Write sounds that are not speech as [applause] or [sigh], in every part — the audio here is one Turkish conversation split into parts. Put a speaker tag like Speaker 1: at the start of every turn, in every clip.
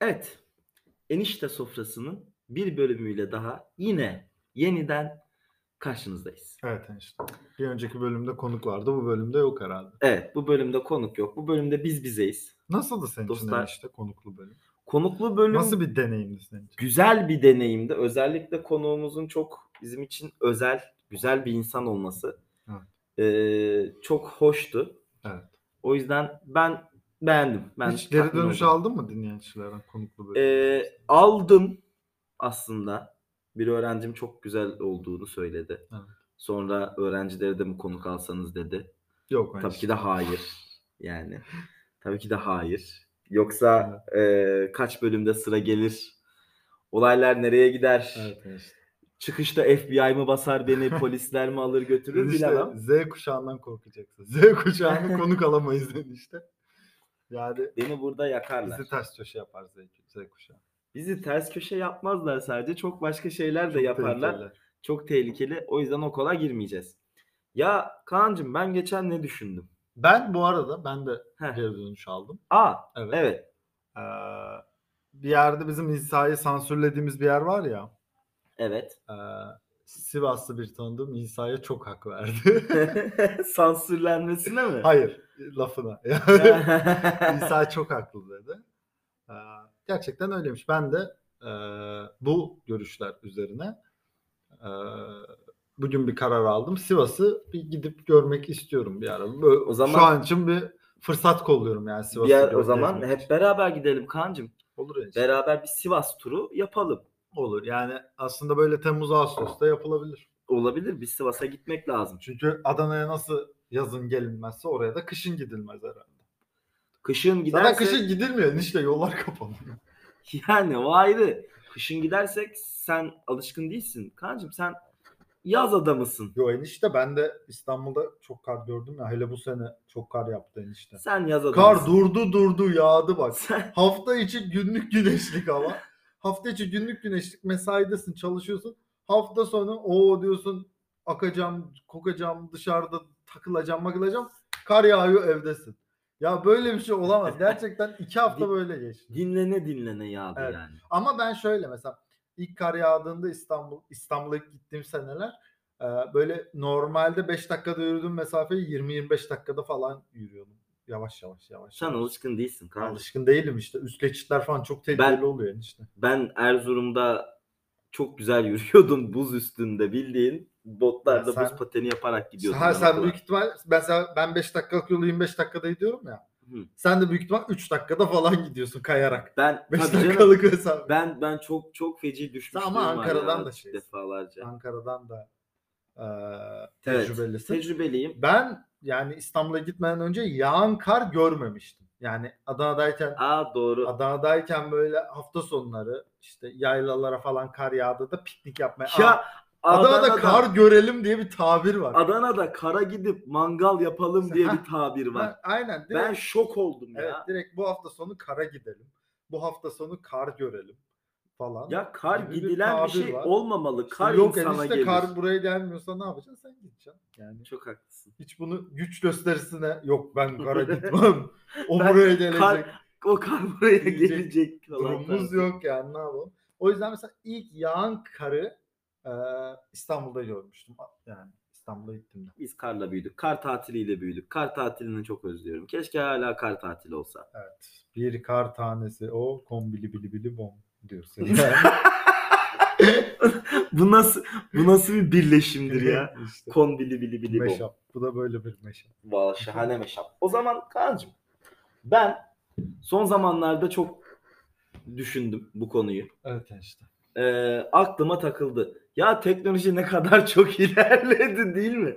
Speaker 1: Evet, enişte sofrasının bir bölümüyle daha yine yeniden karşınızdayız.
Speaker 2: Evet enişte. Bir önceki bölümde konuk vardı. Bu bölümde yok herhalde.
Speaker 1: Evet, bu bölümde konuk yok. Bu bölümde biz bizeyiz.
Speaker 2: Nasıldı senin
Speaker 1: Dostlar-
Speaker 2: için enişte konuklu bölüm?
Speaker 1: Konuklu bölüm
Speaker 2: Nasıl bir deneyimdi senin için?
Speaker 1: güzel bir deneyimdi. Özellikle konuğumuzun çok bizim için özel, güzel bir insan olması
Speaker 2: Evet.
Speaker 1: eee, çok hoştu.
Speaker 2: Evet.
Speaker 1: O yüzden ben beğendim. Ben
Speaker 2: Hiç geri
Speaker 1: tatmin
Speaker 2: dönüş
Speaker 1: oldum.
Speaker 2: aldın mı dinleyicilerden konuklu bölüm?
Speaker 1: Eee, Ee, aldım aslında. Bir öğrencim çok güzel olduğunu söyledi.
Speaker 2: Evet.
Speaker 1: Sonra öğrencileri de mi konuk alsanız dedi.
Speaker 2: yok enişte.
Speaker 1: Tabii ki de hayır. Yani tabii ki de hayır. Yoksa eee, kaç bölümde sıra gelir? Olaylar nereye gider?
Speaker 2: Evet enişte.
Speaker 1: Çıkışta FBI mı basar
Speaker 2: [laughs]
Speaker 1: beni, polisler mi alır götürür
Speaker 2: Enişte
Speaker 1: bilemem.
Speaker 2: Z kuşağından korkacaksın. Z
Speaker 1: [laughs]
Speaker 2: kuşağını konuk alamayız enişte. Yani
Speaker 1: Beni burada yakarlar.
Speaker 2: bizi ters köşe yapar Z, Z kuşağı.
Speaker 1: Bizi ters köşe yapmazlar sadece. Çok başka şeyler de
Speaker 2: Çok
Speaker 1: yaparlar.
Speaker 2: tehlikeliler.
Speaker 1: Çok tehlikeli. O yüzden o kola girmeyeceğiz. Ya Kaan'cığım ben geçen ne düşündüm?
Speaker 2: Ben bu arada ben de
Speaker 1: Heh.
Speaker 2: geri dönüş aldım.
Speaker 1: Aa
Speaker 2: Evet.
Speaker 1: evet.
Speaker 2: Ee, bir yerde bizim İsa'yı sansürlediğimiz bir yer var ya.
Speaker 1: Evet. [laughs]
Speaker 2: Ee, Sivaslı bir tanıdığım İsa'ya çok hak verdi. [laughs]
Speaker 1: Sansürlenmesine mi? [laughs]
Speaker 2: Hayır lafına. [laughs] İsa çok haklı dedi. Ee, gerçekten öyleymiş. Ben de e, bu görüşler üzerine e, bugün bir karar aldım. Sivas'ı bir gidip görmek istiyorum bir ara. Böyle,
Speaker 1: O zaman-
Speaker 2: Şu an için bir fırsat kolluyorum yani Sivas'ı.
Speaker 1: Diğer, o
Speaker 2: gör-
Speaker 1: zaman
Speaker 2: gezmek
Speaker 1: hep
Speaker 2: için.
Speaker 1: beraber gidelim Kaan'cığım.
Speaker 2: olur ya işte.
Speaker 1: Beraber bir Sivas turu yapalım.
Speaker 2: olur. Yani aslında böyle Temmuz Ağustos'ta yapılabilir.
Speaker 1: Olabilir. Bir Sivas'a gitmek lazım.
Speaker 2: Çünkü Adana'ya nasıl yazın gelinmezse oraya da kışın gidilmez herhalde.
Speaker 1: Kışın gidersek
Speaker 2: Zaten kışın gidilmiyor. işte yollar kapanıyor.
Speaker 1: [laughs] yani o ayrı. Kışın gidersek sen alışkın değilsin. Kaan'cığım sen yaz adamısın.
Speaker 2: [laughs] Yo enişte ben de İstanbul'da çok kar gördüm ya. Hele bu sene çok kar yaptı enişte.
Speaker 1: Sen yaz
Speaker 2: Kar
Speaker 1: adamısın. [laughs]
Speaker 2: durdu durdu yağdı bak.
Speaker 1: Sen-
Speaker 2: Hafta içi günlük güneşlik hava. Hafta içi günlük güneşlik mesaidesin çalışıyorsun. Hafta sonu o diyorsun akacağım, kokacağım, dışarıda takılacağım, makılacağım. Kar yağıyor evdesin. Ya böyle bir şey [laughs] olamaz. Gerçekten iki hafta böyle geçti.
Speaker 1: dinlene dinlene yağdı
Speaker 2: Evet.
Speaker 1: yani.
Speaker 2: Ama ben şöyle mesela ilk kar yağdığında İstanbul İstanbul'a ilk gittiğim seneler e, böyle normalde 5 dakikada yürüdüğüm mesafeyi 20-25 dakikada falan yürüyordum. Yavaş yavaş yavaş.
Speaker 1: Sen
Speaker 2: yavaş.
Speaker 1: alışkın değilsin
Speaker 2: Ben
Speaker 1: Kaan'cığım.
Speaker 2: Alışkın değilim işte. Üst geçitler falan çok tehlikeli
Speaker 1: Ben-
Speaker 2: oluyor yani işte.
Speaker 1: Ben Erzurum'da çok güzel yürüyordum buz üstünde bildiğin. Botlarda
Speaker 2: Ya sen-
Speaker 1: buz pateni yaparak gidiyordum.
Speaker 2: Ha,
Speaker 1: ben
Speaker 2: sen
Speaker 1: okula.
Speaker 2: büyük ihtimal mesela ben 5 dakikalık yolu 25 dakikada gidiyorum ya.
Speaker 1: Hı.
Speaker 2: Sen de büyük ihtimal 3 dakikada falan gidiyorsun kayarak.
Speaker 1: ben
Speaker 2: 5
Speaker 1: tabii canım,
Speaker 2: dakikalık mesafe.
Speaker 1: ben ben çok çok feci düşmüştüm.
Speaker 2: Ama Ankara'dan da şeysin.
Speaker 1: defalarca.
Speaker 2: Ankara'dan da e,
Speaker 1: Evet,
Speaker 2: tecrübelisin.
Speaker 1: Tecrübeliyim.
Speaker 2: Ben yani İstanbul'a gitmeden önce yağan kar görmemiştim. Yani Adana'dayken
Speaker 1: Aa doğru.
Speaker 2: Adana'dayken böyle hafta sonları işte yaylalara falan kar yağdı da piknik yapmaya. Aa,
Speaker 1: Ya
Speaker 2: Adana'da,
Speaker 1: Adana'da
Speaker 2: kar görelim diye bir tabir var.
Speaker 1: Adana'da kara gidip mangal yapalım diye
Speaker 2: [laughs] Ha,
Speaker 1: bir tabir var.
Speaker 2: Ha, aynen. Direkt,
Speaker 1: Ben şok oldum
Speaker 2: evet,
Speaker 1: ya.
Speaker 2: direkt bu hafta sonu kara gidelim. Bu hafta sonu kar görelim falan.
Speaker 1: Ya kar
Speaker 2: Gibi bir
Speaker 1: gidilen bir
Speaker 2: tabir
Speaker 1: şey
Speaker 2: var.
Speaker 1: olmamalı.
Speaker 2: İşte
Speaker 1: Kar
Speaker 2: yok
Speaker 1: insana
Speaker 2: enişte
Speaker 1: gelir.
Speaker 2: kar buraya gelmiyorsa ne yapacaksın? Sen gideceksin. Yani
Speaker 1: Çok haklısın.
Speaker 2: hiç bunu güç gösterisine yok ben
Speaker 1: [laughs]
Speaker 2: kara gitmem. O buraya gelecek.
Speaker 1: O kar buraya
Speaker 2: Gelecek
Speaker 1: gelecek falan.
Speaker 2: durumumuz
Speaker 1: tarzı.
Speaker 2: yok yani ne yapalım. O yüzden mesela ilk yağan karı e, İstanbul'da görmüştüm. Yani İstanbul'a gittim de.
Speaker 1: Biz karla büyüdük. Kar tatiliyle büyüdük. Kar tatilini çok özlüyorum. Keşke hala kar tatili olsa. [laughs]
Speaker 2: Evet. Bir kar tanesi o kombili bili bili bom diyorsun. [laughs] Yani.
Speaker 1: bu nasıl bu nasıl bir birleşimdir
Speaker 2: [laughs]
Speaker 1: ya?
Speaker 2: İşte
Speaker 1: Kon bili bili bili bom.
Speaker 2: meşap. Bu da böyle bir meşap.
Speaker 1: Valla şahane meşap. O zaman Kaan'cığım ben son zamanlarda çok düşündüm bu konuyu.
Speaker 2: Evet işte.
Speaker 1: Ee, aklıma takıldı. Ya teknoloji ne kadar [laughs] çok ilerledi değil mi?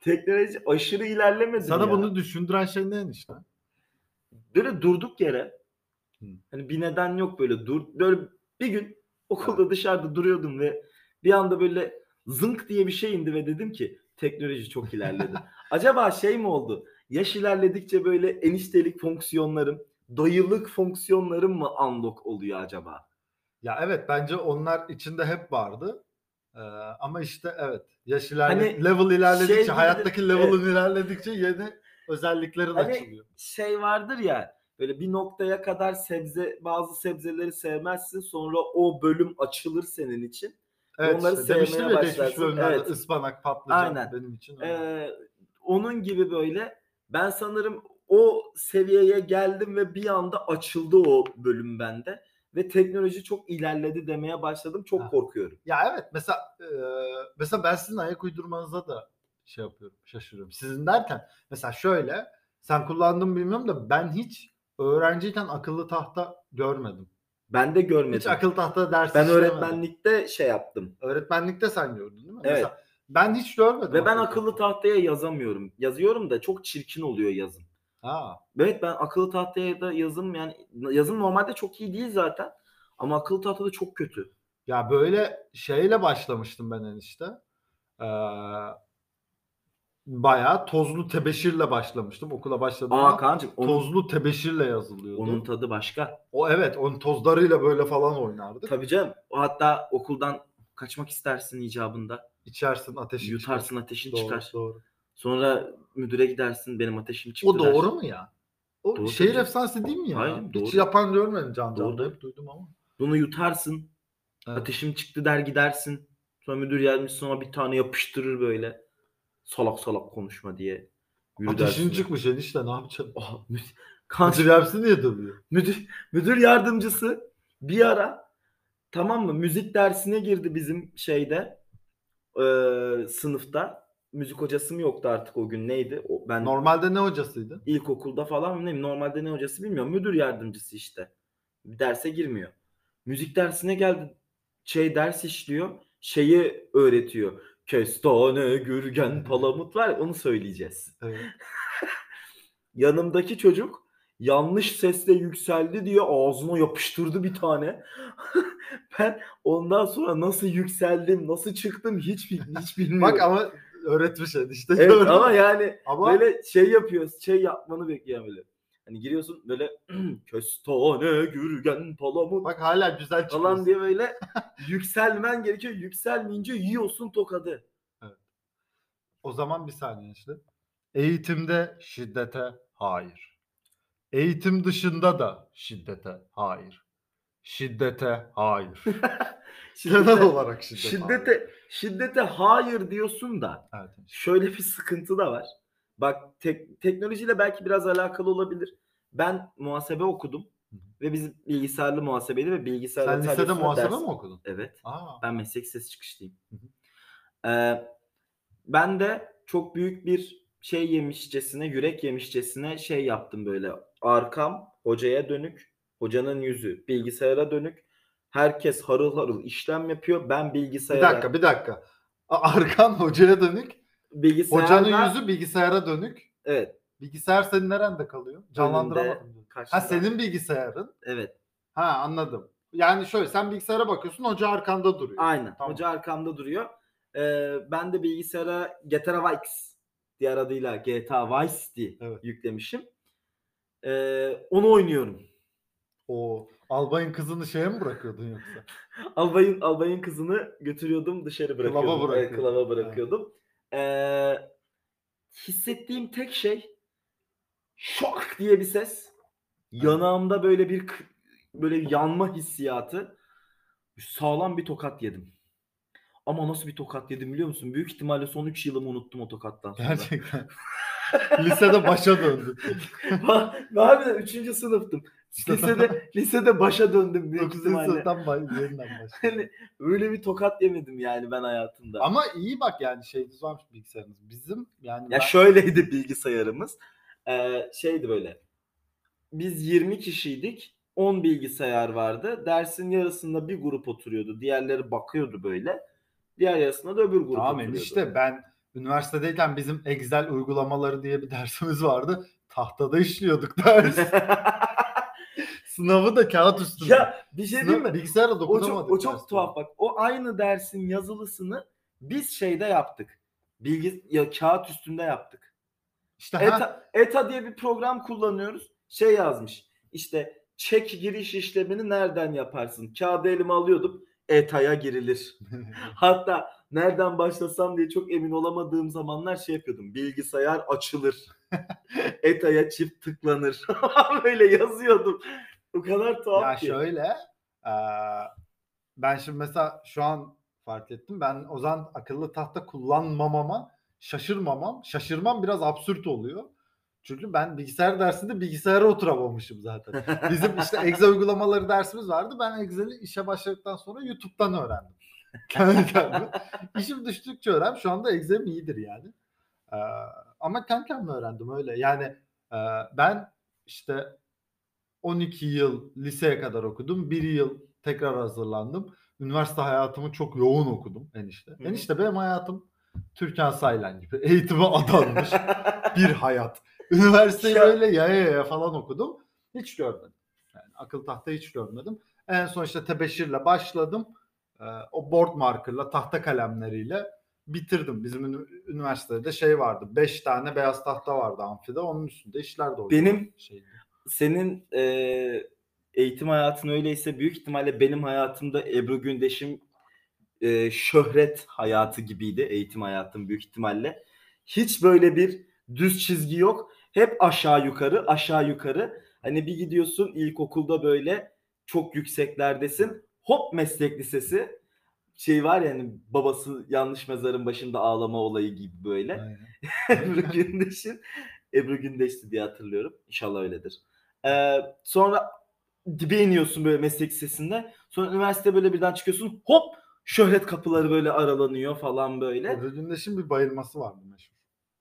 Speaker 1: Teknoloji aşırı ilerlemedi. mi
Speaker 2: Sana
Speaker 1: ya?
Speaker 2: bunu düşündüren şey ne işte?
Speaker 1: böyle durduk yere
Speaker 2: Hı.
Speaker 1: hani bir neden yok böyle dur böyle bir gün okulda dışarıda duruyordum ve bir anda böyle zınk diye bir şey indi ve dedim ki teknoloji çok ilerledi. Acaba şey mi oldu? Yaş ilerledikçe böyle eniştelik fonksiyonlarım, dayılık fonksiyonlarım mı unlock oluyor acaba?
Speaker 2: Ya evet bence onlar içinde hep vardı. Ee, ama işte evet yaş ilerle,
Speaker 1: Hani
Speaker 2: level ilerledikçe
Speaker 1: şey gibi-
Speaker 2: hayattaki level'ın ilerledikçe yeni özelliklerin
Speaker 1: Hani-
Speaker 2: açılıyor.
Speaker 1: Şey vardır ya Böyle bir noktaya kadar sebze bazı sebzeleri sevmezsin. Sonra o bölüm açılır senin için.
Speaker 2: Evet
Speaker 1: Onları
Speaker 2: işte demiştim
Speaker 1: sevmeye
Speaker 2: ya geçmiş
Speaker 1: başlarsın.
Speaker 2: bölümlerde
Speaker 1: Evet.
Speaker 2: ıspanak patlıcan
Speaker 1: Aynen.
Speaker 2: benim için. öyle.
Speaker 1: Ee, onun gibi böyle ben sanırım o seviyeye geldim ve bir anda açıldı o bölüm bende ve teknoloji çok ilerledi demeye başladım. Çok
Speaker 2: Ha.
Speaker 1: korkuyorum.
Speaker 2: Ya evet mesela e, mesela ben sizin ayak uydurmanıza da şey yapıyorum şaşırıyorum. Sizin derken mesela şöyle sen kullandın mı bilmiyorum da ben hiç öğrenciyken akıllı tahta görmedim.
Speaker 1: Ben de görmedim.
Speaker 2: Hiç akıllı tahta dersi
Speaker 1: ben
Speaker 2: işlemedim.
Speaker 1: öğretmenlikte şey yaptım
Speaker 2: öğretmenlikte sen gördün değil mi?
Speaker 1: Evet.
Speaker 2: Mesela ben hiç görmedim.
Speaker 1: ve ben akıllı tahtaya yazamıyorum. Yazıyorum da çok çirkin oluyor yazım.
Speaker 2: Ha.
Speaker 1: Evet ben akıllı tahtaya da yazım yani yazım normalde çok iyi değil zaten ama akıllı tahtada çok kötü.
Speaker 2: Ya böyle şeyle başlamıştım ben enişte. Ee, bayağı tozlu tebeşirle başlamıştım. Okula başladığımda
Speaker 1: Aa Kaan'cığım onun,
Speaker 2: tozlu tebeşirle yazılıyordu.
Speaker 1: onun tadı başka.
Speaker 2: O evet onun tozlarıyla böyle falan oynardık.
Speaker 1: Tabii canım. O hatta okuldan kaçmak istersin icabında.
Speaker 2: İçersin ateşi
Speaker 1: Yutarsın ateşin
Speaker 2: çıkar. Doğru,
Speaker 1: çıkar.
Speaker 2: doğru.
Speaker 1: Sonra müdüre gidersin benim ateşim çıktı
Speaker 2: O doğru
Speaker 1: dersin.
Speaker 2: mu ya? O
Speaker 1: Doğru
Speaker 2: şehir
Speaker 1: tabii.
Speaker 2: efsanesi değil mi ya?
Speaker 1: Hayır,
Speaker 2: Hiç
Speaker 1: doğru.
Speaker 2: yapan görmedim can
Speaker 1: Doğru.
Speaker 2: canlı. Hep duydum ama.
Speaker 1: Bunu yutarsın.
Speaker 2: Evet.
Speaker 1: Ateşim çıktı der gidersin. Sonra müdür yardımcısı sana bir tane yapıştırır böyle. Salak salak konuşma diye. Yürü
Speaker 2: Ateşin
Speaker 1: dersin.
Speaker 2: çıkmış enişte ne yapacaksın?
Speaker 1: Ah, müdür, Kaan-
Speaker 2: Kancı yapsın diye dövüyor.
Speaker 1: müdür, müdür yardımcısı bir ara tamam mı müzik dersine girdi bizim şeyde eee, sınıfta. Müzik hocası mı yoktu artık o gün neydi? O, ben
Speaker 2: Normalde ne hocasıydı?
Speaker 1: ilkokulda falan mı ne normalde ne hocası bilmiyorum müdür yardımcısı işte bir derse girmiyor müzik dersine geldi şey ders işliyor şeyi öğretiyor kestane gürgen palamut var ya, onu söyleyeceğiz
Speaker 2: Evet.
Speaker 1: yanımdaki çocuk yanlış sesle yükseldi diye ağzına yapıştırdı bir tane [laughs] ben ondan sonra nasıl yükseldim nasıl çıktım hiç bil- hiç bilmiyorum
Speaker 2: Bak ama öğretmiş enişte.
Speaker 1: evet,
Speaker 2: gördün
Speaker 1: ama
Speaker 2: mü?
Speaker 1: yani
Speaker 2: ama
Speaker 1: Böyle şey yapıyorsun, şey yapmanı bekliyor böyle. Hani giriyorsun böyle [clears throat] köstane gürgen palamut
Speaker 2: bak hala güzel çıkmış.
Speaker 1: falan diye böyle yükselmen gerekiyor. Yükselmeyince yiyorsun
Speaker 2: [laughs]
Speaker 1: tokadı.
Speaker 2: O zaman bir saniye işte. Eğitimde şiddete hayır. Eğitim dışında da şiddete hayır. Şiddete hayır. [laughs] Genel
Speaker 1: Şiddete,
Speaker 2: olarak şiddete. hayır.
Speaker 1: şiddete, şiddete hayır diyorsun da
Speaker 2: Evet.
Speaker 1: şöyle bir sıkıntı da var. Bak tek, teknolojiyle belki biraz alakalı olabilir. Ben muhasebe okudum
Speaker 2: Hı hı.
Speaker 1: ve biz bilgisayarlı muhasebeydi ve bilgisayarlı
Speaker 2: Sen lisede
Speaker 1: tablosuna
Speaker 2: muhasebe
Speaker 1: ders-
Speaker 2: mi okudun?
Speaker 1: Evet.
Speaker 2: Aa.
Speaker 1: Ben meslek sesi çıkışlıyım.
Speaker 2: Hı
Speaker 1: Ee, ben de çok büyük bir şey yemişçesine, yürek yemişçesine şey yaptım böyle. Arkam hocaya dönük, hocanın yüzü bilgisayara dönük. Herkes harıl harıl işlem yapıyor. Ben
Speaker 2: Bir
Speaker 1: bilgisayara,
Speaker 2: dakika bir dakika. A- Arkan [laughs] hocaya dönük.
Speaker 1: bilgisayarda
Speaker 2: Hocanın yüzü bilgisayara dönük.
Speaker 1: evet,
Speaker 2: Bilgisayar senin nerede kalıyor? Canlandıramadım. diyor.
Speaker 1: karşımda.
Speaker 2: Ha senin bilgisayarın.
Speaker 1: evet,
Speaker 2: Ha anladım. Yani şöyle sen bilgisayara bakıyorsun hoca arkanda duruyor.
Speaker 1: aynen.
Speaker 2: Tamam.
Speaker 1: Hoca arkamda duruyor. Ee, ben de bilgisayara GTA Vice diğer adıyla GTA Vice diye
Speaker 2: Evet.
Speaker 1: yüklemişim. Ee, onu oynuyorum.
Speaker 2: O albayın kızını şeye mi bırakıyordun yoksa?
Speaker 1: Albayın albayın kızını götürüyordum dışarı bırakıyordum.
Speaker 2: Klaba
Speaker 1: Evet,
Speaker 2: bırakıyordun.
Speaker 1: klaba bırakıyordum. Ee, hissettiğim tek şey şok diye bir ses. Yanağımda böyle bir k- böyle yanma hissiyatı. Sağlam bir tokat yedim. Ama nasıl bir tokat yedim biliyor musun? Büyük ihtimalle son 3 yılımı unuttum o tokattan sonra. [laughs]
Speaker 2: Hani Gerçekten. [laughs] Lisede başa döndü.
Speaker 1: Ben harbiden 3. sınıftım. Lisede lisede başa döndüm büyük
Speaker 2: 9.
Speaker 1: ihtimalle.
Speaker 2: sınıftan baş- yeniden başladı.
Speaker 1: Hani öyle bir tokat yemedim yani ben hayatımda.
Speaker 2: Ama iyi bak yani şeyiniz varmış bilgisayarınız. Bizim yani
Speaker 1: Ya
Speaker 2: ben-
Speaker 1: şöyleydi bilgisayarımız. Ee, şeydi böyle. Biz 20 kişiydik. 10 bilgisayar vardı. Dersin yarısında bir grup oturuyordu. Diğerleri bakıyordu böyle. Diğer yarısında da öbür grup
Speaker 2: Tamam
Speaker 1: oturuyordu.
Speaker 2: işte ben üniversitedeyken bizim Excel uygulamaları diye bir dersimiz vardı. Tahtada işliyorduk ders.
Speaker 1: [laughs]
Speaker 2: Sınavı da kağıt
Speaker 1: [laughs]
Speaker 2: üstünde.
Speaker 1: ya bir şey diyeyim mi?
Speaker 2: Bilgisayara
Speaker 1: O çok,
Speaker 2: dokunamadık.
Speaker 1: o çok
Speaker 2: derste.
Speaker 1: tuhaf bak. O aynı dersin yazılısını biz şeyde yaptık. Bilgi ya kağıt üstünde yaptık.
Speaker 2: İşte ha,
Speaker 1: ETA, ETA diye bir program kullanıyoruz. Şey yazmış. İşte çek giriş işlemini nereden yaparsın? Kağıdı elime alıyordum. ETA'ya
Speaker 2: [laughs]
Speaker 1: girilir. Hatta nereden başlasam diye çok emin olamadığım zamanlar şey yapıyordum. Bilgisayar açılır. ETA'ya çift tıklanır. [laughs] Böyle yazıyordum. O kadar tuhaf
Speaker 2: Ya
Speaker 1: ki.
Speaker 2: şöyle eee, ben şimdi mesela şu an fark ettim. Ben o zaman akıllı tahta kullanmamama şaşırmamam. Şaşırmam biraz absürt oluyor. Çünkü ben bilgisayar dersinde bilgisayara oturamamışım zaten. [laughs] Bizim işte Excel uygulamaları dersimiz vardı. Ben Excel'i işe başladıktan sonra
Speaker 1: [laughs]
Speaker 2: YouTube'dan öğrendim. Kendi kendime. İşim düştükçe öğrendim. Şu anda Excel'im iyidir yani. Eee, ama kendi kendime öğrendim öyle. Yani eee, ben işte 12 yıl liseye kadar okudum. 1 yıl tekrar hazırlandım. Üniversite hayatımı çok yoğun okudum enişte.
Speaker 1: hı.
Speaker 2: Enişte benim hayatım Türkan Saylan gibi eğitime adanmış
Speaker 1: [laughs]
Speaker 2: bir hayat. Üniversiteyi
Speaker 1: Ya.
Speaker 2: öyle yaya yaya falan okudum. Hiç görmedim. Yani akıl tahta hiç görmedim. En son işte tebeşirle başladım. Ee, o board markerla, tahta kalemleriyle bitirdim. Bizim ünü- üniversitede şey vardı. Beş tane beyaz tahta vardı amfide. Onun üstünde işler de
Speaker 1: [laughs]
Speaker 2: Şey,
Speaker 1: Benim-
Speaker 2: oynanıyordu, şeydi.
Speaker 1: Senin e, eğitim hayatın öyleyse büyük ihtimalle benim hayatımda Ebru Gündeş'im e, şöhret hayatı gibiydi. Eğitim hayatım büyük ihtimalle. Hiç böyle bir düz çizgi yok. Hep aşağı yukarı, aşağı yukarı. Hani bir gidiyorsun ilkokulda böyle çok yükseklerdesin. Hop meslek lisesi. Şey var yani babası yanlış mezarın başında ağlama olayı gibi böyle.
Speaker 2: Aynen.
Speaker 1: [laughs] Ebru Gündeş'in Ebru Gündeş'ti diye hatırlıyorum. İnşallah öyledir. Ee, sonra dibe iniyorsun böyle meslek lisesinde. Sonra üniversite böyle birden çıkıyorsun. Hop şöhret kapıları böyle aralanıyor falan böyle.
Speaker 2: Ebru Gündeş'in bir bayılması vardı meşhur.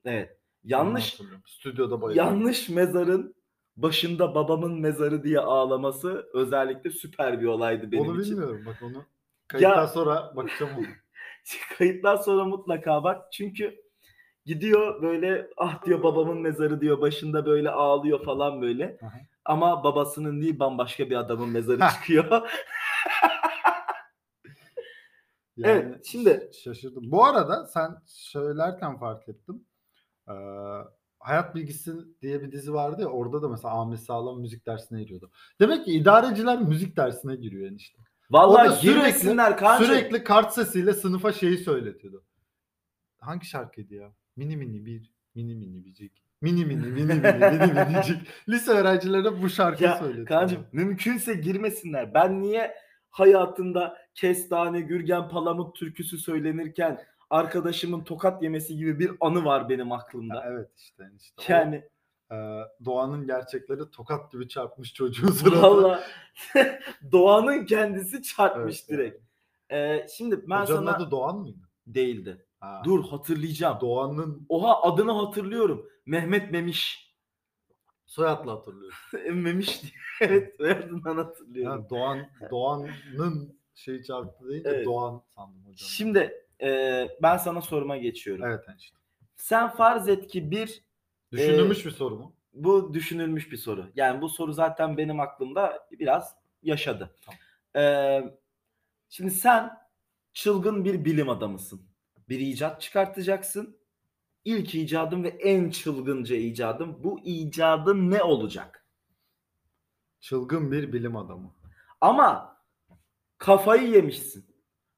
Speaker 1: Evet.
Speaker 2: Onu
Speaker 1: Yanlış
Speaker 2: hatırlıyorum. Stüdyoda bayıldı.
Speaker 1: yanlış mezarın başında babamın mezarı diye ağlaması özellikle süper bir olaydı benim
Speaker 2: Onu
Speaker 1: için.
Speaker 2: bilmiyorum bak onu. Kayıttan
Speaker 1: Ya-
Speaker 2: sonra bakacağım ona.
Speaker 1: [laughs] Kayıttan sonra mutlaka bak. Çünkü gidiyor böyle ah diyor babamın mezarı diyor başında böyle ağlıyor falan böyle.
Speaker 2: Aha.
Speaker 1: Ama babasının değil bambaşka bir adamın mezarı
Speaker 2: Hah.
Speaker 1: çıkıyor. [laughs] Evet, şimdi-
Speaker 2: ş- şaşırdım. Bu arada sen söylerken fark ettim. Ee, Hayat Bilgisi diye bir dizi vardı ya orada da mesela Ahmet Sağlam müzik dersine giriyordu. Demek ki idareciler müzik dersine giriyor enişte. Orada
Speaker 1: Vallahi
Speaker 2: sürekli-
Speaker 1: girmesinler kanka.
Speaker 2: Sürekli kart sesiyle sınıfa şeyi söyletiyordu. Hangi şarkıydı ya? Mini mini bir, mini mini bircik. Mini mini mini mini mini
Speaker 1: [laughs]
Speaker 2: minicik. Lise öğrencilere bu şarkıyı
Speaker 1: Ya
Speaker 2: söyletiyordu.
Speaker 1: kancım mümkünse girmesinler. Ben niye hayatında kestane, gürgen, palamut türküsü söylenirken arkadaşımın tokat yemesi gibi bir anı var benim
Speaker 2: Ya
Speaker 1: aklımda.
Speaker 2: evet işte enişte. O,
Speaker 1: Yani
Speaker 2: e, doğanın gerçekleri tokat gibi
Speaker 1: [laughs]
Speaker 2: çarpmış çocuğu sırada.
Speaker 1: valla doğanın kendisi çarpmış
Speaker 2: Evet,
Speaker 1: direkt. Ee, şimdi ben
Speaker 2: Hocanın
Speaker 1: sana
Speaker 2: adı Doğan mıydı?
Speaker 1: değildi.
Speaker 2: Ha.
Speaker 1: Dur hatırlayacağım.
Speaker 2: Doğan'ın
Speaker 1: Oha adını hatırlıyorum. Mehmet Memiş. E, [laughs]
Speaker 2: soyadla hatırlıyorum.
Speaker 1: Memiş diye. evet soyadından hatırlıyorum.
Speaker 2: Ha, Doğan Doğan'ın şeyi çarptı deyince
Speaker 1: Evet.
Speaker 2: Doğan sandım hocam.
Speaker 1: Şimdi e, ben sana soruma geçiyorum.
Speaker 2: Evet enişte.
Speaker 1: Sen farz et ki bir
Speaker 2: Düşünülmüş bir soru mu?
Speaker 1: bu düşünülmüş bir soru. Yani bu soru zaten benim aklımda biraz yaşadı.
Speaker 2: Tamam.
Speaker 1: E, şimdi sen çılgın bir bilim adamısın. Bir icat çıkartacaksın. İlk icadın ve en çılgınca icadın. Bu icadın ne olacak?
Speaker 2: Çılgın bir bilim adamı.
Speaker 1: Ama kafayı yemişsin.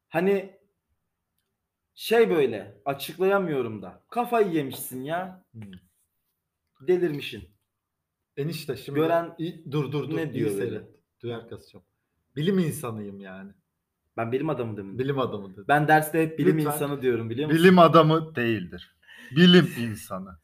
Speaker 1: Hani şey böyle açıklayamıyorum da. Kafayı yemişsin ya.
Speaker 2: Hmm.
Speaker 1: Delirmişsin.
Speaker 2: Enişte şimdi
Speaker 1: Gören
Speaker 2: İ- dur dur dur
Speaker 1: ne
Speaker 2: iyi
Speaker 1: diyor böyle?
Speaker 2: seyret. Duyar kasacağım. Bilim insanıyım yani.
Speaker 1: Ben bilim adamı demedim.
Speaker 2: Bilim adamı dedi.
Speaker 1: ben derste hep bilim
Speaker 2: Lütfen.
Speaker 1: insanı diyorum biliyor musun?
Speaker 2: Bilim adamı değildir. Bilim insanı.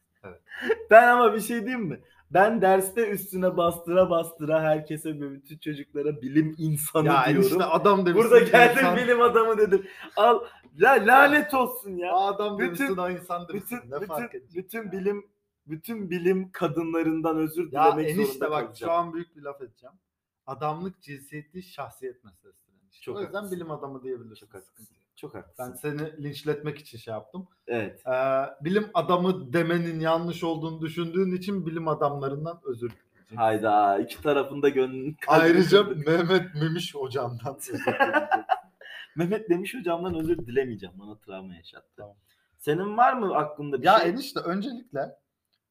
Speaker 1: Ben ama bir şey diyeyim mi? Ben derste üstüne bastıra bastıra herkese ve bütün çocuklara bilim insanı
Speaker 2: ya
Speaker 1: diyorum.
Speaker 2: enişte adam demişsin.
Speaker 1: Burada geldim
Speaker 2: insan-
Speaker 1: bilim adamı dedim. Al la lanet olsun ya.
Speaker 2: Adam
Speaker 1: Bütün-
Speaker 2: demişsin o insan demişsin.
Speaker 1: bütün
Speaker 2: ne fark
Speaker 1: bütün,
Speaker 2: edecek?
Speaker 1: bütün bilim bütün bilim kadınlarından özür
Speaker 2: Ya
Speaker 1: dilemek
Speaker 2: enişte
Speaker 1: zorunda
Speaker 2: bak
Speaker 1: kalacağım.
Speaker 2: şu an büyük bir laf edeceğim. Adamlık cinsiyetli şahsiyet meselesi. demiş.
Speaker 1: Çok
Speaker 2: o yüzden
Speaker 1: haklısın.
Speaker 2: bilim adamı diyebilirsin.
Speaker 1: Çok haklısın. Çok haklısın.
Speaker 2: Ben seni linçletmek için şey yaptım.
Speaker 1: Evet.
Speaker 2: Ee, bilim adamı demenin yanlış olduğunu düşündüğün için bilim adamlarından özür dileyeceksin.
Speaker 1: Hayda iki tarafında gönlünü
Speaker 2: [laughs] Ayrıca Mehmet Memiş hocamdan özür dileyeceksin.
Speaker 1: [laughs] Mehmet demiş hocamdan özür dilemeyeceğim. Bana travma yaşattı.
Speaker 2: Tamam.
Speaker 1: Senin var mı aklında bir
Speaker 2: ya
Speaker 1: şey?
Speaker 2: enişte öncelikle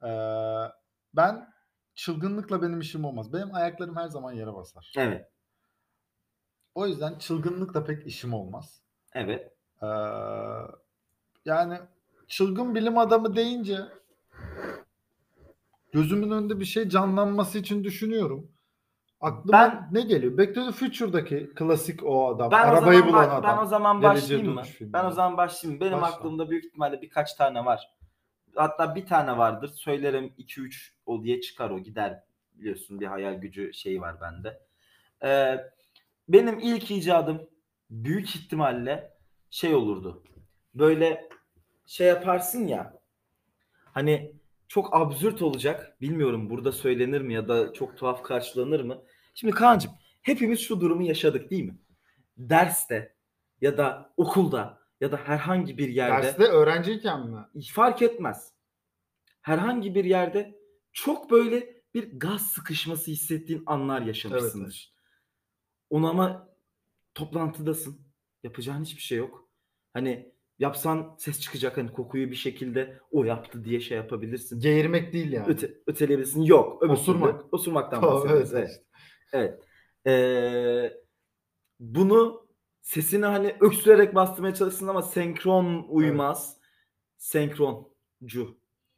Speaker 2: ee, ben çılgınlıkla benim işim olmaz. Benim ayaklarım her zaman yere basar.
Speaker 1: Evet.
Speaker 2: O yüzden çılgınlıkla pek işim olmaz.
Speaker 1: Evet.
Speaker 2: Ee, yani çılgın bilim adamı deyince Gözümün önünde bir şey canlanması için düşünüyorum. Aklıma
Speaker 1: Ben-
Speaker 2: ne geliyor? Back to the Future'daki klasik o adam.
Speaker 1: Ben
Speaker 2: arabayı
Speaker 1: o zaman,
Speaker 2: bulan
Speaker 1: ba-
Speaker 2: adam.
Speaker 1: Ben o zaman
Speaker 2: Geleceğe
Speaker 1: başlayayım mı?
Speaker 2: dönüş filmi.
Speaker 1: Ben o zaman başlayayım. Benim
Speaker 2: Başla.
Speaker 1: aklımda büyük ihtimalle birkaç tane var. Hatta bir tane vardır. Söylerim 2-3 o diye çıkar o gider. Biliyorsun bir hayal gücü şeyi var bende. Ee, benim ilk icadım büyük ihtimalle şey olurdu. Böyle şey yaparsın ya. Hani çok absürt olacak. Bilmiyorum burada söylenir mi ya da çok tuhaf karşılanır mı? Şimdi Kaan'cığım hepimiz şu durumu yaşadık değil mi? Derste ya da okulda ya da herhangi bir yerde
Speaker 2: Derste öğrenciyken mi?
Speaker 1: fark etmez. Herhangi bir yerde çok böyle bir gaz sıkışması hissettiğin anlar yaşamışsındır. Onu ama toplantıdasın. Yapacağın hiçbir şey yok. Hani yapsan ses çıkacak hani kokuyu bir şekilde o yaptı diye şey yapabilirsin.
Speaker 2: Geğirmek değil yani.
Speaker 1: Öte, öteleyebilirsin. Yok. öbür türlü
Speaker 2: Osurmak.
Speaker 1: Osurmaktan
Speaker 2: [laughs] Tamam,
Speaker 1: bahsediyoruz.
Speaker 2: evet,
Speaker 1: Evet. evet. Ee, bunu sesini hani öksürerek bastırmaya çalışsın ama senkron uymaz. Senkroncu.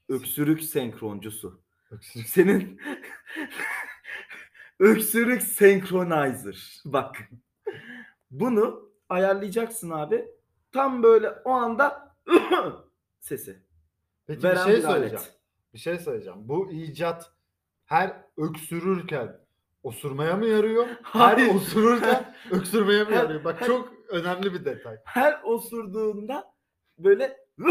Speaker 1: Öksürük senkroncusu.
Speaker 2: Öksürük.
Speaker 1: Senin [laughs] öksürük senkronizer. Bak. Bunu ayarlayacaksın abi. Tam böyle o anda [laughs] sesi.
Speaker 2: Peki
Speaker 1: veren
Speaker 2: bir şey
Speaker 1: bir alet.
Speaker 2: söyleyeceğim. Bir şey söyleyeceğim. Bu icat her öksürürken osurmaya mı yarıyor?
Speaker 1: Hayır. [laughs]
Speaker 2: Her osururken öksürmeye mi
Speaker 1: Her-
Speaker 2: yarıyor? Bak
Speaker 1: her-
Speaker 2: çok önemli bir detay.
Speaker 1: Her osurduğunda böyle [laughs]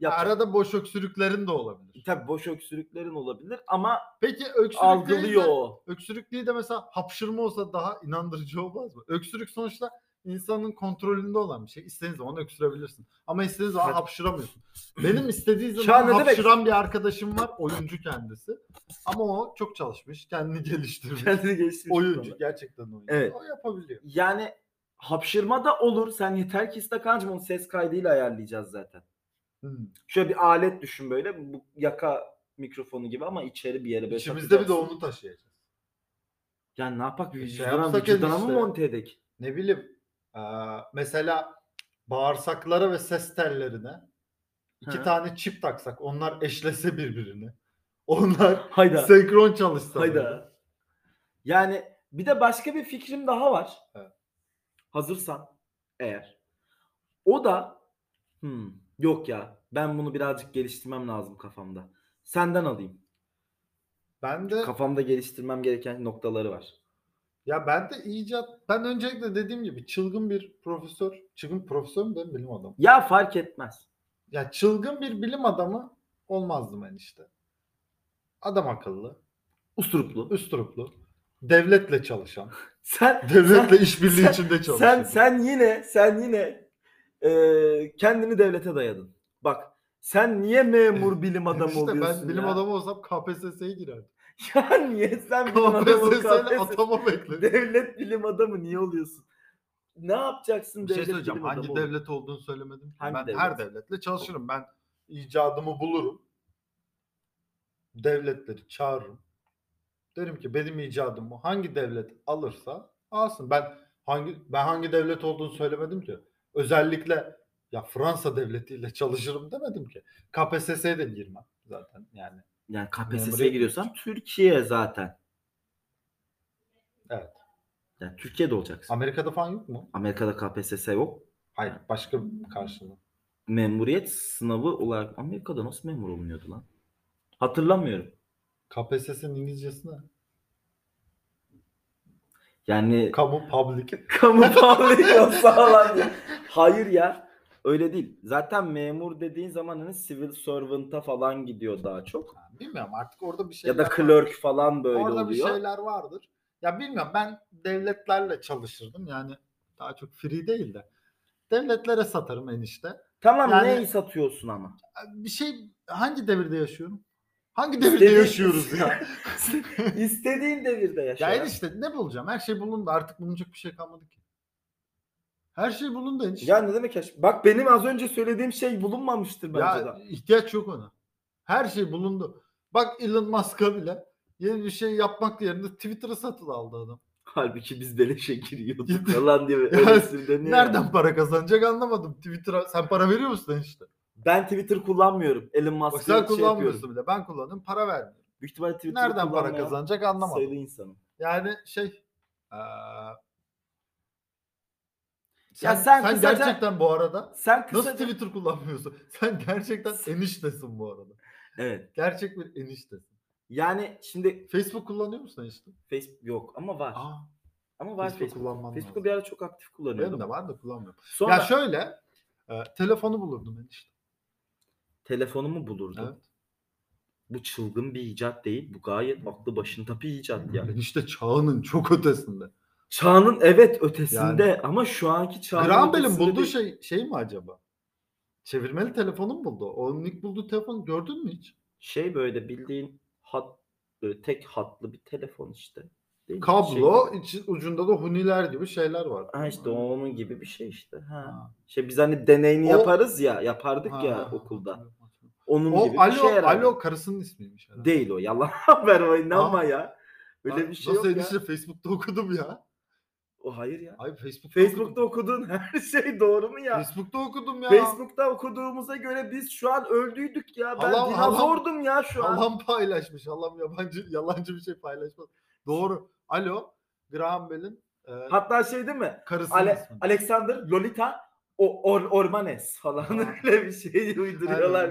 Speaker 1: yapacak.
Speaker 2: Arada boş öksürüklerin de olabilir.
Speaker 1: Tabii boş öksürüklerin olabilir ama
Speaker 2: Peki öksürük değil
Speaker 1: algılıyor
Speaker 2: de, [laughs]
Speaker 1: o.
Speaker 2: öksürük değil de mesela hapşırma olsa daha inandırıcı [laughs] olmaz mı? Öksürük sonuçta insanın kontrolünde olan bir şey. İstediğin zaman öksürebilirsin. Ama istediğin zaman
Speaker 1: Evet.
Speaker 2: hapşıramıyorsun.
Speaker 1: [clears throat]
Speaker 2: Benim istediği
Speaker 1: Şu
Speaker 2: zaman
Speaker 1: an ne demek?
Speaker 2: hapşıran bir arkadaşım var. Oyuncu kendisi. Ama o çok çalışmış. Kendini [laughs] geliştirmiş.
Speaker 1: Kendini geliştirmiş.
Speaker 2: oyuncu
Speaker 1: sonra.
Speaker 2: gerçekten oyuncu.
Speaker 1: Evet.
Speaker 2: O yapabiliyor.
Speaker 1: Yani hapşırma da olur. Sen yeter ki iste kancım onu ses kaydıyla ayarlayacağız zaten.
Speaker 2: Hmm.
Speaker 1: Şöyle bir alet düşün böyle. Bu yaka mikrofonu gibi ama içeri bir yere böyle
Speaker 2: İçimizde bir de
Speaker 1: takacaksın.
Speaker 2: onu taşıyacağız.
Speaker 1: Yani ne yapak?
Speaker 2: şey
Speaker 1: Vücuduna,
Speaker 2: yapsak
Speaker 1: vücuduna mı
Speaker 2: enişte.
Speaker 1: monte edek?
Speaker 2: Ne bileyim eee, mesela bağırsaklara ve ses tellerine iki
Speaker 1: Hı.
Speaker 2: tane çip taksak onlar eşlese birbirini. [laughs] Onlar
Speaker 1: Hayda.
Speaker 2: Senkron çalışsa. böyle.
Speaker 1: Hayda. Yani bir de başka bir fikrim daha var.
Speaker 2: Evet.
Speaker 1: Hazırsan eğer. O da hmm, yok ya ben bunu birazcık geliştirmem lazım kafamda. Senden alayım.
Speaker 2: Ben de
Speaker 1: Kafamda geliştirmem gereken noktaları var.
Speaker 2: ya ben de icat ben öncelikle dediğim gibi çılgın bir profesör, çılgın profesör mü dedim bilim adamı.
Speaker 1: Ya fark etmez.
Speaker 2: Ya çılgın bir bilim adamı olmazdım ben işte. Adam akıllı,
Speaker 1: Usturuplu.
Speaker 2: üsturuplu,
Speaker 1: [laughs]
Speaker 2: devletle çalışan,
Speaker 1: Sen
Speaker 2: [laughs] devletle işbirliği
Speaker 1: sen-
Speaker 2: içinde
Speaker 1: sen
Speaker 2: çalışan.
Speaker 1: sen yine sen yine eee, kendini devlete dayadın. Bak sen niye
Speaker 2: [laughs]
Speaker 1: memur bilim adamı
Speaker 2: işte
Speaker 1: oluyorsun
Speaker 2: ben bilim
Speaker 1: ya?
Speaker 2: adamı olsam KPSS'ye girerdim.
Speaker 1: [laughs] Ya niye sen bilim adamı
Speaker 2: KPSS'yle
Speaker 1: KPSS?
Speaker 2: atama bekledim.
Speaker 1: [laughs] Devlet bilim adamı niye oluyorsun? Ne yapacaksın
Speaker 2: Bir şey
Speaker 1: devlet
Speaker 2: söyleyeceğim.
Speaker 1: bilim adamı
Speaker 2: Hangi
Speaker 1: olup?
Speaker 2: devlet olduğunu söylemedim. ki.
Speaker 1: Hangi
Speaker 2: ben
Speaker 1: devlet?
Speaker 2: her devletle çalışırım. Ben icadımı bulurum. Devletleri çağırırım. Derim ki benim icadımı hangi devlet alırsa alsın. Ben hangi ben hangi devlet olduğunu söylemedim ki. Özellikle ya Fransa devletiyle çalışırım demedim ki. KPSS'ye de girmem zaten yani.
Speaker 1: Yani
Speaker 2: Memuriyet
Speaker 1: KPSS'ye giriyorsan Türkiye zaten.
Speaker 2: Evet.
Speaker 1: Yani Türkiye'de olacaksın.
Speaker 2: Amerika'da falan yok mu?
Speaker 1: Amerika'da KPSS yok.
Speaker 2: Hayır, başka karşılığı.
Speaker 1: Memuriyet sınavı olarak Amerika'da nasıl memur olunuyordu lan? Hatırlamıyorum.
Speaker 2: KPSS'nin İngilizcesi ne?
Speaker 1: Yani
Speaker 2: Kamu public.
Speaker 1: [laughs] kamu pahalı sağlam ya. Hayır ya. Öyle değil. Zaten memur dediğin zaman hani civil servant'a falan gidiyor daha çok.
Speaker 2: Bilmiyorum artık orada bir şey
Speaker 1: Ya da clerk falan böyle
Speaker 2: Orada bir şey
Speaker 1: oluyor.
Speaker 2: şeyler vardır. Ya bilmiyorum ben devletlerle çalışırdım. Yani daha çok free değil de. Devletlere satarım enişte.
Speaker 1: Tamam
Speaker 2: Yani-
Speaker 1: neyi satıyorsun ama?
Speaker 2: Bir şey hangi devirde yaşıyorum? Hangi [laughs] devirde
Speaker 1: İstediğin- [laughs]
Speaker 2: yaşıyoruz ya?
Speaker 1: İstediğin devirde yaşa.
Speaker 2: ya
Speaker 1: Ya,
Speaker 2: enişte ne bulacağım? Her şey bulundu. Artık bulunacak bir şey kalmadı ki. Her şey bulundu enişte.
Speaker 1: Ya ne demek ya? Bak benim az önce söylediğim şey bulunmamıştır bence
Speaker 2: ya
Speaker 1: de.
Speaker 2: ihtiyaç yok ona. Her şey bulundu. Bak Elon Musk'a bile yeni bir şey yapmak yerine Twitter'ı satın aldı adam.
Speaker 1: Halbuki biz beleşe giriyorduk
Speaker 2: Gitti.
Speaker 1: falan
Speaker 2: [laughs]
Speaker 1: diye
Speaker 2: Ya,
Speaker 1: öyle sürdürüyor.
Speaker 2: Nereden para kazanacak anlamadım. Twitter'a sen para veriyor musun enişte?
Speaker 1: Ben Twitter kullanmıyorum. Elon
Speaker 2: Bak
Speaker 1: Musk'ı
Speaker 2: sen
Speaker 1: şey yapıyorum.
Speaker 2: kullanmıyorsun bile. Ben kullanıyorum. Para vermiyorum.
Speaker 1: Büyük ihtimalle Twitter'ı
Speaker 2: Nereden para
Speaker 1: kullanmayan
Speaker 2: kazanacak anlamadım.
Speaker 1: Sayılı insanım.
Speaker 2: Yani şey eee, sen,
Speaker 1: Ya sen
Speaker 2: sen
Speaker 1: kısaca-
Speaker 2: gerçekten bu arada
Speaker 1: Sen
Speaker 2: nasıl
Speaker 1: kısaca...
Speaker 2: Twitter kullanmıyorsun? [laughs] Sen gerçekten eniştesin bu arada.
Speaker 1: Evet.
Speaker 2: Gerçek bir eniştesin.
Speaker 1: Yani şimdi
Speaker 2: Facebook kullanıyor musun enişte?
Speaker 1: Facebook yok ama var.
Speaker 2: Aa,
Speaker 1: ama var
Speaker 2: Facebook,
Speaker 1: Facebook.
Speaker 2: kullanmam lazım.
Speaker 1: Facebook'u bir ara çok aktif
Speaker 2: Benim
Speaker 1: kullanıyordum.
Speaker 2: de var da kullanmıyorum.
Speaker 1: Sonra
Speaker 2: Ya şöyle eee, telefonu bulurdum enişte.
Speaker 1: telefonumu bulurdum.
Speaker 2: Evet.
Speaker 1: Bu çılgın bir icat değil. Bu gayet aklı başında bir icat yani.
Speaker 2: Enişte çağının çok ötesinde.
Speaker 1: Çağının evet ötesinde ama şu anki çağın
Speaker 2: Grambel'in
Speaker 1: ötesinde
Speaker 2: bulduğu
Speaker 1: değil.
Speaker 2: şey şey mi acaba? Çevirmeli telefonu mu buldu? Onun ilk bulduğu telefon gördün mü hiç?
Speaker 1: şey böyle bildiğin hat böyle tek hatlı bir telefon işte. Değil mi?
Speaker 2: Kablo,
Speaker 1: Şey-
Speaker 2: içi- ucunda da huniler gibi şeyler var.
Speaker 1: ha işte onun gibi bir şey işte. Ha.
Speaker 2: Ha.
Speaker 1: Şey biz hani deneyini
Speaker 2: O-
Speaker 1: yaparız ya yapardık
Speaker 2: Ha,
Speaker 1: ya
Speaker 2: ha, ha,
Speaker 1: okulda.
Speaker 2: hatırlıyorum, hatırlıyorum.
Speaker 1: Onun gibi
Speaker 2: O
Speaker 1: bir
Speaker 2: alo,
Speaker 1: şey herhalde.
Speaker 2: alo karısının ismiymiş herhalde.
Speaker 1: Değil o yalan [laughs] haber o inanma ya. Öyle
Speaker 2: Ha,
Speaker 1: bir şey
Speaker 2: nasıl
Speaker 1: yok ya.
Speaker 2: enişte Facebook'ta okudum ya.
Speaker 1: O hayır ya.
Speaker 2: Ay Facebook'ta
Speaker 1: Facebook'ta
Speaker 2: okudum.
Speaker 1: okuduğun [laughs] her şey doğru mu ya?
Speaker 2: Facebook'ta okudum ya.
Speaker 1: Facebook'ta okuduğumuza göre biz şu an öldüydük ya. Ben
Speaker 2: Allah'ım,
Speaker 1: dinozordum ya şu an.
Speaker 2: Allah'ım paylaşmış. Allah'ım yabancı yalancı bir şey paylaşmaz. Doğru. Alo. Graham Bell'in e,
Speaker 1: Hatta şey değil mi?
Speaker 2: karısının
Speaker 1: Ale-
Speaker 2: ismi.
Speaker 1: Alexander Lolita o Or- Ormanes falan
Speaker 2: Ha.
Speaker 1: öyle bir şey uyduruyorlar.
Speaker 2: Aynen,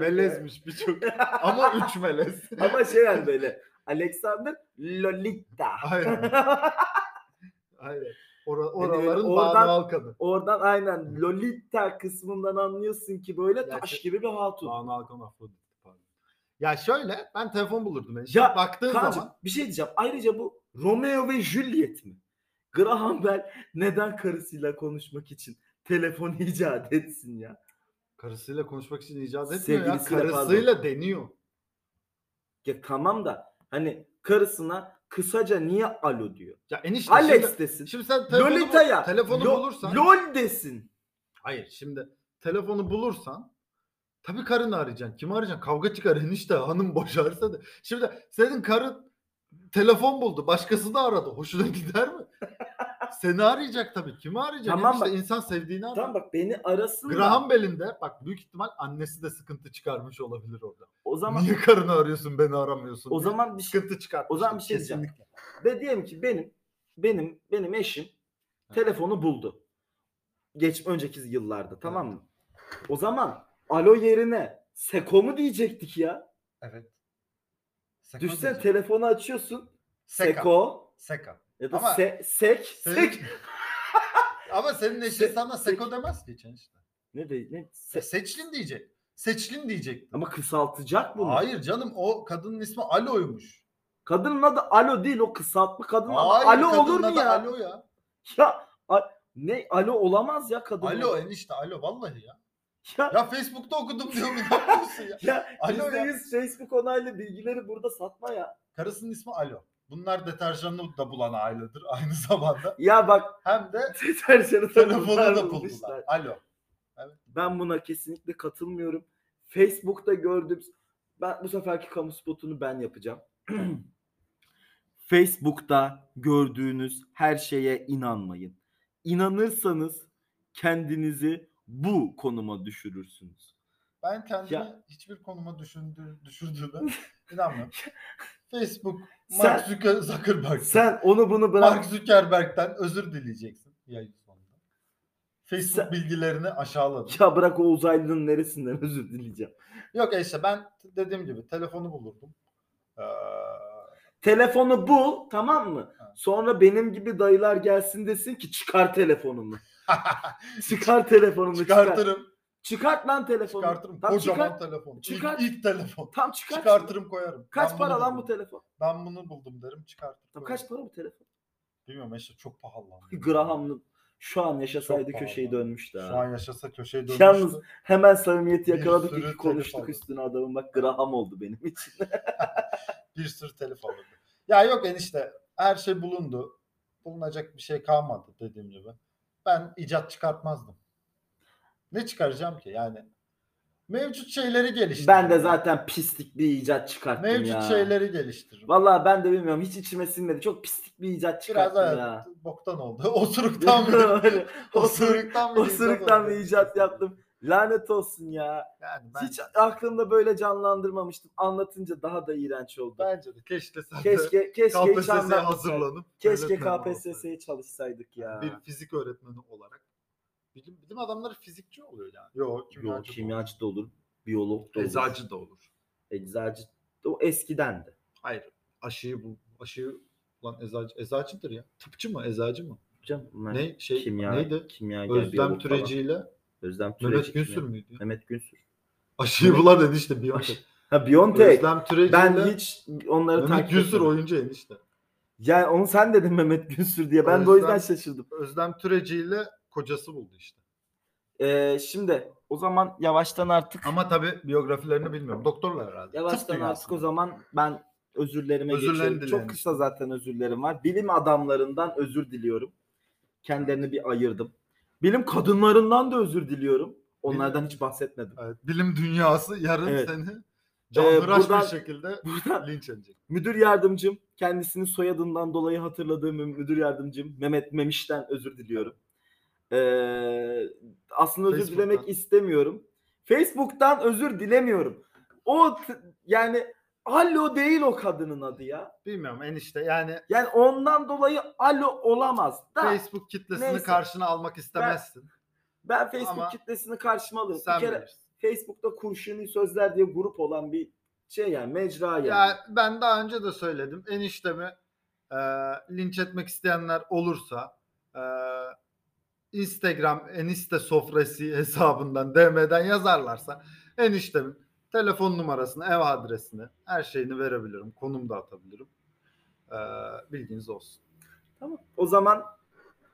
Speaker 1: [laughs]
Speaker 2: melezmiş birçok. Ama üç melez.
Speaker 1: Ama şey yani böyle Alexander Lolita. [laughs]
Speaker 2: Aynen. Aynen. Ora- oraların
Speaker 1: böyle
Speaker 2: yani
Speaker 1: oradan-
Speaker 2: Alkan'ı.
Speaker 1: Oradan aynen Lolita kısmından anlıyorsun ki böyle
Speaker 2: Ya
Speaker 1: taş
Speaker 2: şey-
Speaker 1: gibi bir hatun.
Speaker 2: Banu Alkan Afrodit. pardon. Ya şöyle ben telefon bulurdum. Yani.
Speaker 1: Ya,
Speaker 2: Baktığın
Speaker 1: Kaan'cığım
Speaker 2: zaman
Speaker 1: bir şey diyeceğim. Ayrıca bu Romeo ve Juliet mi? Graham Bell neden karısıyla konuşmak için telefon [laughs] icat etsin ya?
Speaker 2: karısıyla konuşmak için icat etmiyor ya.
Speaker 1: Sevgilisiyle, pardon.
Speaker 2: Karısıyla deniyor.
Speaker 1: Ya tamam da hani karısına kısaca niye alo diyor?
Speaker 2: Ya enişte
Speaker 1: Alex
Speaker 2: şimdi,
Speaker 1: desin.
Speaker 2: şimdi sen telefonu,
Speaker 1: Lolita'ya.
Speaker 2: telefonu
Speaker 1: Lo-
Speaker 2: bulursan
Speaker 1: LOL desin.
Speaker 2: hayır şimdi telefonu bulursan tabii karını arayacaksın. Kimi arayacaksın? Kavga çıkar enişte hanım boşarsa da. Şimdi senin karın telefon buldu. Başkasını aradı. Hoşuna gider
Speaker 1: [laughs]
Speaker 2: mi? Seni arayacak tabii. Kimi arayacak?
Speaker 1: Tamam
Speaker 2: enişte
Speaker 1: bak.
Speaker 2: insan sevdiğini arar.
Speaker 1: Tamam bak beni arasın da
Speaker 2: Graham Bell'in de bak büyük ihtimal annesi de sıkıntı çıkarmış olabilir orada.
Speaker 1: o zaman
Speaker 2: Niye karını arıyorsun beni aramıyorsun?
Speaker 1: o
Speaker 2: diye
Speaker 1: zaman bir şey
Speaker 2: sıkıntı çıkartmış.
Speaker 1: o zaman bir şey diyeceğim.
Speaker 2: Kesinlikle.
Speaker 1: ve diyelim ki benim benim benim eşim telefonu buldu. Geç önceki yıllarda tamam mı? O zaman alo yerine Seko mu diyecektik ya?
Speaker 3: Evet. Seka
Speaker 1: Düşsen
Speaker 3: diyeceğim.
Speaker 1: telefonu açıyorsun.
Speaker 3: Seka.
Speaker 1: Seko
Speaker 3: Seka.
Speaker 1: ya da
Speaker 3: Ama-
Speaker 1: se- sek sek
Speaker 3: [laughs] Ama senin eşin
Speaker 1: Se-
Speaker 3: sana seko demez ki hiç enişte.
Speaker 1: ne de ne
Speaker 3: Ya
Speaker 1: se-
Speaker 3: Seçlin diyecek. Seçlin diyecek.
Speaker 1: ama kısaltacak bunu.
Speaker 3: Hayır canım o kadının ismi Alo'ymuş.
Speaker 1: Kadının adı alo değil o kısaltma kadın adı
Speaker 3: Hayır,
Speaker 1: alo olur
Speaker 3: kadının
Speaker 1: mu
Speaker 3: adı
Speaker 1: ya?
Speaker 3: Alo ya.
Speaker 1: Ya a- ne alo olamaz ya kadın.
Speaker 3: Alo enişte alo vallahi ya.
Speaker 1: Ya,
Speaker 3: Ya Facebook'ta okudum diyorum ne yapıyorsun ya.
Speaker 1: ya
Speaker 3: Alo
Speaker 1: yüzde
Speaker 3: ya.
Speaker 1: yüz Facebook onaylı bilgileri burada satma ya.
Speaker 3: Karısının ismi Alo. Bunlar deterjanını da bulan ailedir [laughs] aynı zamanda.
Speaker 1: Ya bak
Speaker 3: Hem de
Speaker 1: [laughs] deterjanı
Speaker 3: telefonu da
Speaker 1: bulmuşlar.
Speaker 3: buldular. Alo.
Speaker 1: Ben buna kesinlikle katılmıyorum. Facebook'ta gördüm. Ben bu seferki kamu spotunu ben yapacağım. [clears throat] Facebook'ta gördüğünüz her şeye inanmayın. İnanırsanız kendinizi bu konuma düşürürsünüz.
Speaker 3: Ben kendimi
Speaker 1: Ya.
Speaker 3: hiçbir konuma düşündür,
Speaker 1: [laughs]
Speaker 3: düşürdüğüme inanmıyorum. Facebook,
Speaker 1: Sen-
Speaker 3: Mark Zucker- Zuckerberg.
Speaker 1: Sen onu bunu bırak.
Speaker 3: Mark Zuckerberg'den özür dileyeceksin yayın sonunda. Facebook
Speaker 1: Sen-
Speaker 3: bilgilerini aşağıladın.
Speaker 1: Ya bırak o uzaylının neresinden [laughs] özür dileyeceğim.
Speaker 3: Yok e işte ben dediğim gibi telefonu bulurdum. Ee,
Speaker 1: Telefonu bul tamam mı?
Speaker 3: Ha.
Speaker 1: Sonra benim gibi dayılar gelsin desin ki çıkar telefonunu. Çıkar telefonunu çıkar.
Speaker 3: [laughs] çıkartırım.
Speaker 1: Çıkart lan telefonu.
Speaker 3: Çıkartırım.
Speaker 1: Tam
Speaker 3: Kocaman
Speaker 1: çıkart.
Speaker 3: telefon. İlk-
Speaker 1: çıkart.
Speaker 3: İlk, telefon.
Speaker 1: Tam çıkart.
Speaker 3: Çıkartırım koyarım.
Speaker 1: Kaç
Speaker 3: Ben bunu
Speaker 1: para lan bu
Speaker 3: buldum.
Speaker 1: telefon?
Speaker 3: Ben bunu buldum derim çıkartırım.
Speaker 1: Tam
Speaker 3: koyarım.
Speaker 1: kaç para bu telefon?
Speaker 3: Bilmiyorum işte çok pahalı.
Speaker 1: [laughs]
Speaker 3: lan.
Speaker 1: Graham'lı şu an yaşasaydı
Speaker 3: Çok
Speaker 1: köşeyi
Speaker 3: pahalı.
Speaker 1: dönmüştü
Speaker 3: Şu
Speaker 1: ha.
Speaker 3: an yaşasa köşeye dönmüştü.
Speaker 1: Yalnız- Hemen samimiyeti
Speaker 3: Bir
Speaker 1: yakaladık
Speaker 3: sürü
Speaker 1: iki
Speaker 3: telif
Speaker 1: konuştuk
Speaker 3: aldım.
Speaker 1: üstüne adamın bak Graham oldu benim için.
Speaker 3: bir sürü telif alırdı. Ya yok enişte her şey bulundu. Bulunacak bir şey kalmadı dediğim gibi. Ben icat çıkartmazdım. Ne çıkaracağım ki yani? Mevcut şeyleri geliştir.
Speaker 1: ben de zaten pislik bir icat çıkarttım
Speaker 3: mevcut
Speaker 1: ya.
Speaker 3: şeyleri geliştiririm.
Speaker 1: Vallahi ben de bilmiyorum hiç içime sinmedi. Çok pislik bir icat
Speaker 3: Biraz
Speaker 1: çıkarttım
Speaker 3: evet,
Speaker 1: ya.
Speaker 3: boktan oldu. [laughs] Osuruktan bir
Speaker 1: [laughs] Öyle. Osuruk-
Speaker 3: osuruktan bir icat
Speaker 1: Osuruktan
Speaker 3: oldu.
Speaker 1: bir icat yaptım. Lanet olsun ya.
Speaker 2: Yani ben
Speaker 1: Hiç aklımda böyle canlandırmamıştım. Anlatınca daha da iğrenç oldu.
Speaker 2: bence de keşke sen de
Speaker 1: keşke keşke hiç
Speaker 2: KPSS'ye
Speaker 1: anlatmasaydık.
Speaker 2: hazırlanıp
Speaker 1: Keşke
Speaker 2: öğretmen olsaydın.
Speaker 1: KPSS'ye çalışsaydık ya.
Speaker 2: bir fizik öğretmeni olarak. Bilim, bilim adamları fizikçi oluyor yani. Yok
Speaker 1: Yo, kimyacı da olur, biyolog da olur.
Speaker 2: Eczacı da olur.
Speaker 1: Eczacı. O eskidendi.
Speaker 2: Hayır. Aşıyı bu. Aşıyı lan eczacı. Eczacıdır ya. Tıpçı mı? Eczacı mı?
Speaker 1: Canım, bunlar
Speaker 2: Ne şey
Speaker 1: kimya,
Speaker 2: neydi?
Speaker 1: Kimya
Speaker 2: Özlem Türeci ile
Speaker 1: Özlem Türeci.
Speaker 2: Mehmet
Speaker 1: kimya.
Speaker 2: Günsür müydü? ya?
Speaker 1: Mehmet Günsür.
Speaker 2: Aşıyı bulan enişte Beyoncé.
Speaker 1: [laughs] Ha Biontech.
Speaker 2: Özlem Türeci
Speaker 1: Ben
Speaker 2: ile
Speaker 1: hiç onları
Speaker 2: Mehmet
Speaker 1: takip
Speaker 2: Günsür
Speaker 1: etmedim.
Speaker 2: oyuncu enişte.
Speaker 1: Yani onu sen dedin Mehmet Günsür diye. Ben de
Speaker 2: O
Speaker 1: o
Speaker 2: yüzden-
Speaker 1: yüzden şaşırdım.
Speaker 2: Özlem Türeci ile kocası buldu işte.
Speaker 1: Ee, şimdi o zaman yavaştan artık
Speaker 2: Ama tabii biyografilerini bilmiyorum. Doktorlar herhalde.
Speaker 1: yavaştan artık o zaman ben özürlerime
Speaker 2: Özürlerini
Speaker 1: geçiyorum.
Speaker 2: dileyelim.
Speaker 1: Çok kısa zaten özürlerim var. Bilim adamlarından özür diliyorum. Kendilerini bir ayırdım. Bilim kadınlarından da özür diliyorum. Onlardan hiç bahsetmedim.
Speaker 2: Evet, bilim dünyası yarın
Speaker 1: Evet. Ee,
Speaker 2: seni canhıraş
Speaker 1: buradan-
Speaker 2: bir şekilde
Speaker 1: [laughs] Buradan
Speaker 2: linç edecek.
Speaker 1: müdür yardımcım kendisini soyadından dolayı hatırladığım müdür yardımcım Mehmet Memiş'ten özür diliyorum. Ee, aslında özür
Speaker 2: Facebook'tan.
Speaker 1: dilemek istemiyorum. Facebook'tan özür dilemiyorum. O t- yani Alo değil o kadının adı ya.
Speaker 2: Bilmiyorum enişte yani
Speaker 1: Yani ondan dolayı Alo olamaz. Da
Speaker 2: Facebook kitlesini
Speaker 1: Neyse.
Speaker 2: karşına almak istemezsin.
Speaker 1: ben Facebook
Speaker 2: Ama
Speaker 1: kitlesini karşıma alıyorum.
Speaker 2: Sen
Speaker 1: bir kere
Speaker 2: bilirsin.
Speaker 1: Facebook'ta kurşuni sözler diye grup olan bir şey yani mecra yani.
Speaker 2: Ya ben daha önce de söyledim. Eniştemi e, linç etmek isteyenler olursa e, Instagram enişte sofrası hesabından DM'den yazarlarsa eniştemin telefon numarasını, ev adresini, her şeyini verebilirim. Konum da atabilirim. E, bilginiz olsun.
Speaker 1: Tamam. O zaman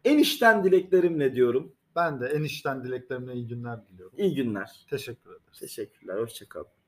Speaker 1: enişten dileklerimle diyorum.
Speaker 2: Ben de enişten dileklerimle iyi günler diliyorum.
Speaker 1: İyi günler.
Speaker 2: Teşekkür ederiz.
Speaker 1: Teşekkürler. Hoşçakalın.